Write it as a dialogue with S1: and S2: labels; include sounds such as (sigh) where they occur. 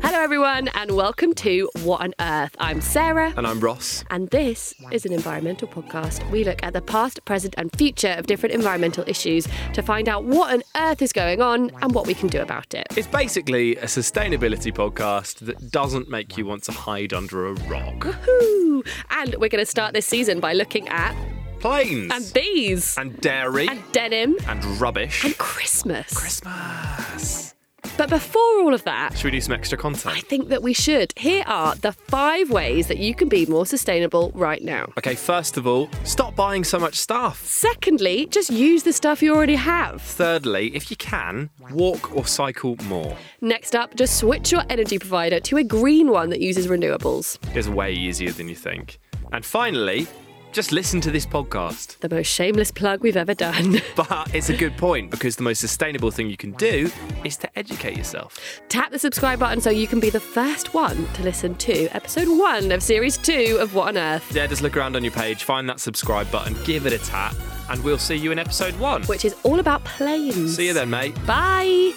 S1: Hello, everyone, and welcome to What on Earth. I'm Sarah.
S2: And I'm Ross.
S1: And this is an environmental podcast. We look at the past, present, and future of different environmental issues to find out what on earth is going on and what we can do about it.
S2: It's basically a sustainability podcast that doesn't make you want to hide under a rock.
S1: Woohoo! And we're going to start this season by looking at
S2: Planes.
S1: and bees
S2: And dairy.
S1: and denim
S2: And rubbish.
S1: and Christmas.
S2: Christmas.
S1: But before all of that,
S2: Should we do some extra
S1: I
S2: content?
S1: think that we should. Here are the five ways that you can be more sustainable right now.
S2: Okay, first of all, stop buying so much stuff.
S1: Secondly, just use the stuff you already have.
S2: Thirdly, if you can, walk or cycle more.
S1: Next up, just switch your energy provider to a green one that uses renewables.
S2: It's way easier than you think. And finally, just listen to this podcast.
S1: The most shameless plug we've ever done. (laughs)
S2: But it's a good point because the most sustainable thing you can do is to educate yourself.
S1: Tap the subscribe button so you can be the first one to listen to episode one of series two of What on Earth,
S2: Yeah, just look around on your page, find that subscribe button, give it a tap, and we'll see you in episode one.
S1: which is all about planes.
S2: See you then, mate.
S1: Bye.